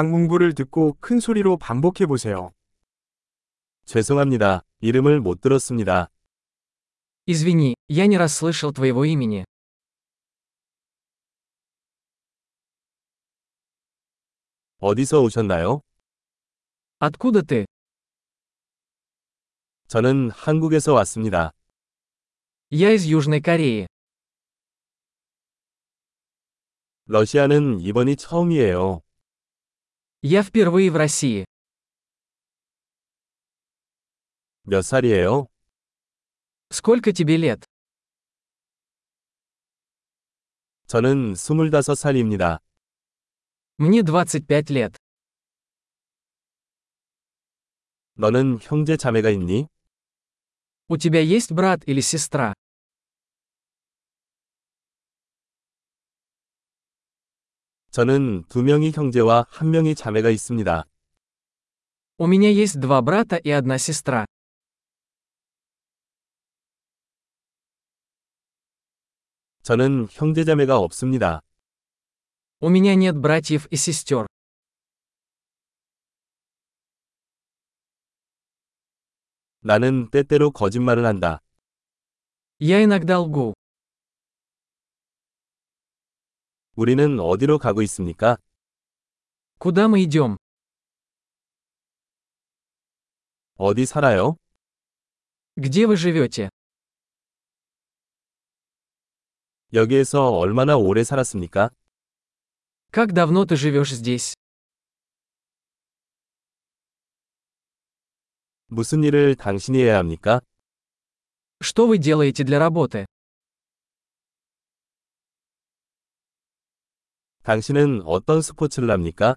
강문부를 듣고 큰 소리로 반복해 보세요. 죄송합니다. 이름을 못 들었습니다. Извини, я не расслышал твоего имени. 어디서 오셨나요? Откуда ты? 저는 한국에서 왔습니다. Я из Южной Кореи. 러시아는 이번이 처음이에요. Я впервые в России. 몇 살이에요? Сколько тебе лет? 저는 25살입니다. Мне 25 лет. 너는 형제 자매가 있니? У тебя есть брат или сестра? 저는 두 명이 형제와 한 명이 자매가 있습니다. У меня есть два брата и одна сестра. 저는 형제 자매가 없습니다. У меня нет братьев и сестер. 나는 때때로 거짓말을 한다. Я иногда лгу. 우리는 어디로 가고 있습니까? Куда мы идем? 어디 살아요? Где вы живете? 여기에서 얼마나 오래 살았습니까? Как давно ты живешь здесь? 무슨 일을 당신이 해야 합니까? Что вы делаете для работы? 당신은 어떤 스포츠를 합니까?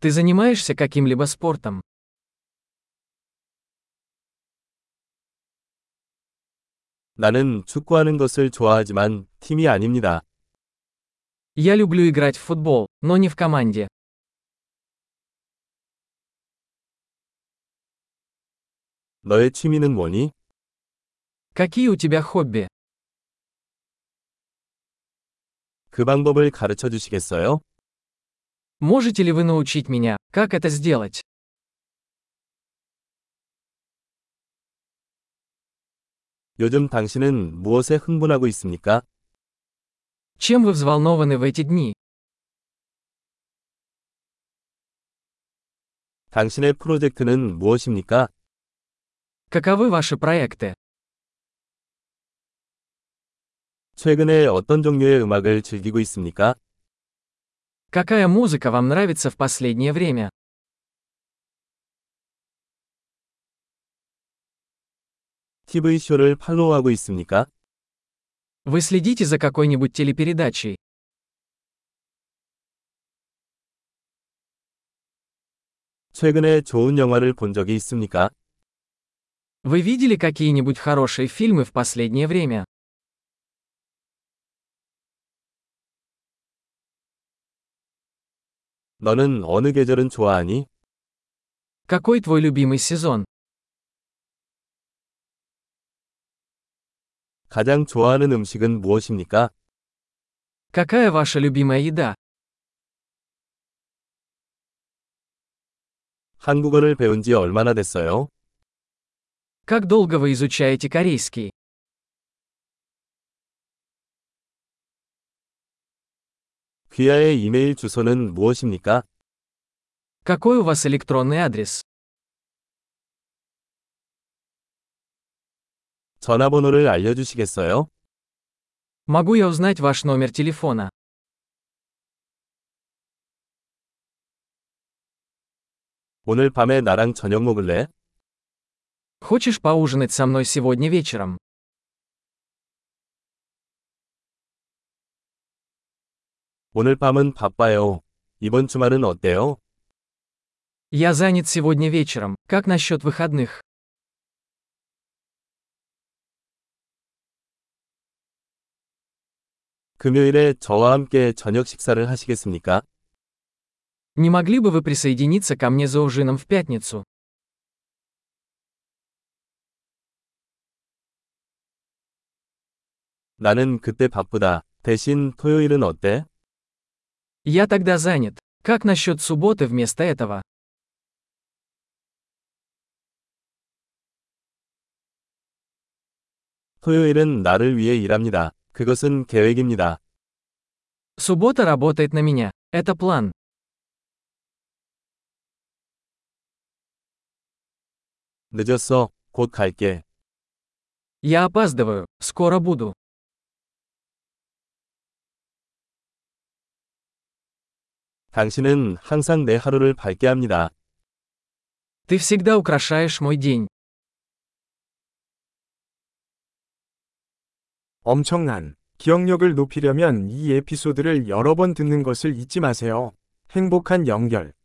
Ты занимаешься каким-либо спортом? 나는 축구하는 것을 좋아하지만 팀이 아닙니다. Я люблю играть в футбол, но не в команде. 너의 취미는 뭐니? Какие у тебя хобби? 그 방법을 가르쳐 주시겠어요? Можете ли вы научить меня, как это сделать? 요즘 당신은 무엇에 흥분하고 있습니까? Чем вы взволнованы в эти дни? 당신의 프로젝트는 무엇입니까? Каковы ваши проекты? 최근에 어떤 종류의 음악을 즐기고 있습니까? Какая музыка вам нравится в последнее время? TV쇼를 팔로우하고 있습니까? Вы следите за какой-нибудь телепередачей? 최근에 좋은 영화를 본 적이 있습니까? Вы видели какие-нибудь хорошие фильмы в последнее время? 너는 어느 계절은 좋아하니? Какой твой любимый сезон? 가장 좋아하는 음식은 무엇입니까? Какая ваша любимая еда? 한국어를 배운 지 얼마나 됐어요? Как долго вы изучаете корейский? 귀하의 이메일 주소는 무엇입니까? Какой у вас электронный адрес? 전화번호를 알려주시겠어요? Могу я узнать ваш номер телефона? 오늘 밤에 나랑 저녁 먹을래? Хочешь поужинать со мной сегодня вечером? 오늘 밤은 바빠요. 이번 주말은 어때요? Я занят сегодня вечером. Как насчет выходных? 금요일에 저와 함께 저녁 식사를 하시겠습니까? Не могли бы вы присоединиться ко мне за ужином в пятницу? 나는 그때 바쁘다. 대신 토요일은 어때? Я тогда занят. Как насчет субботы вместо этого? 토요일은 나를 위해 일합니다. 그것은 계획입니다. Суббота работает на меня. Это план. 늦었어. 곧 갈게. Я опаздываю. Скоро буду. 당신은 항상 내 하루를 밝게 합니다. Ты всегда украшаешь мой день. 엄청난 기억력을 높이려면 이 에피소드를 여러 번 듣는 것을 잊지 마세요. 행복한 연결.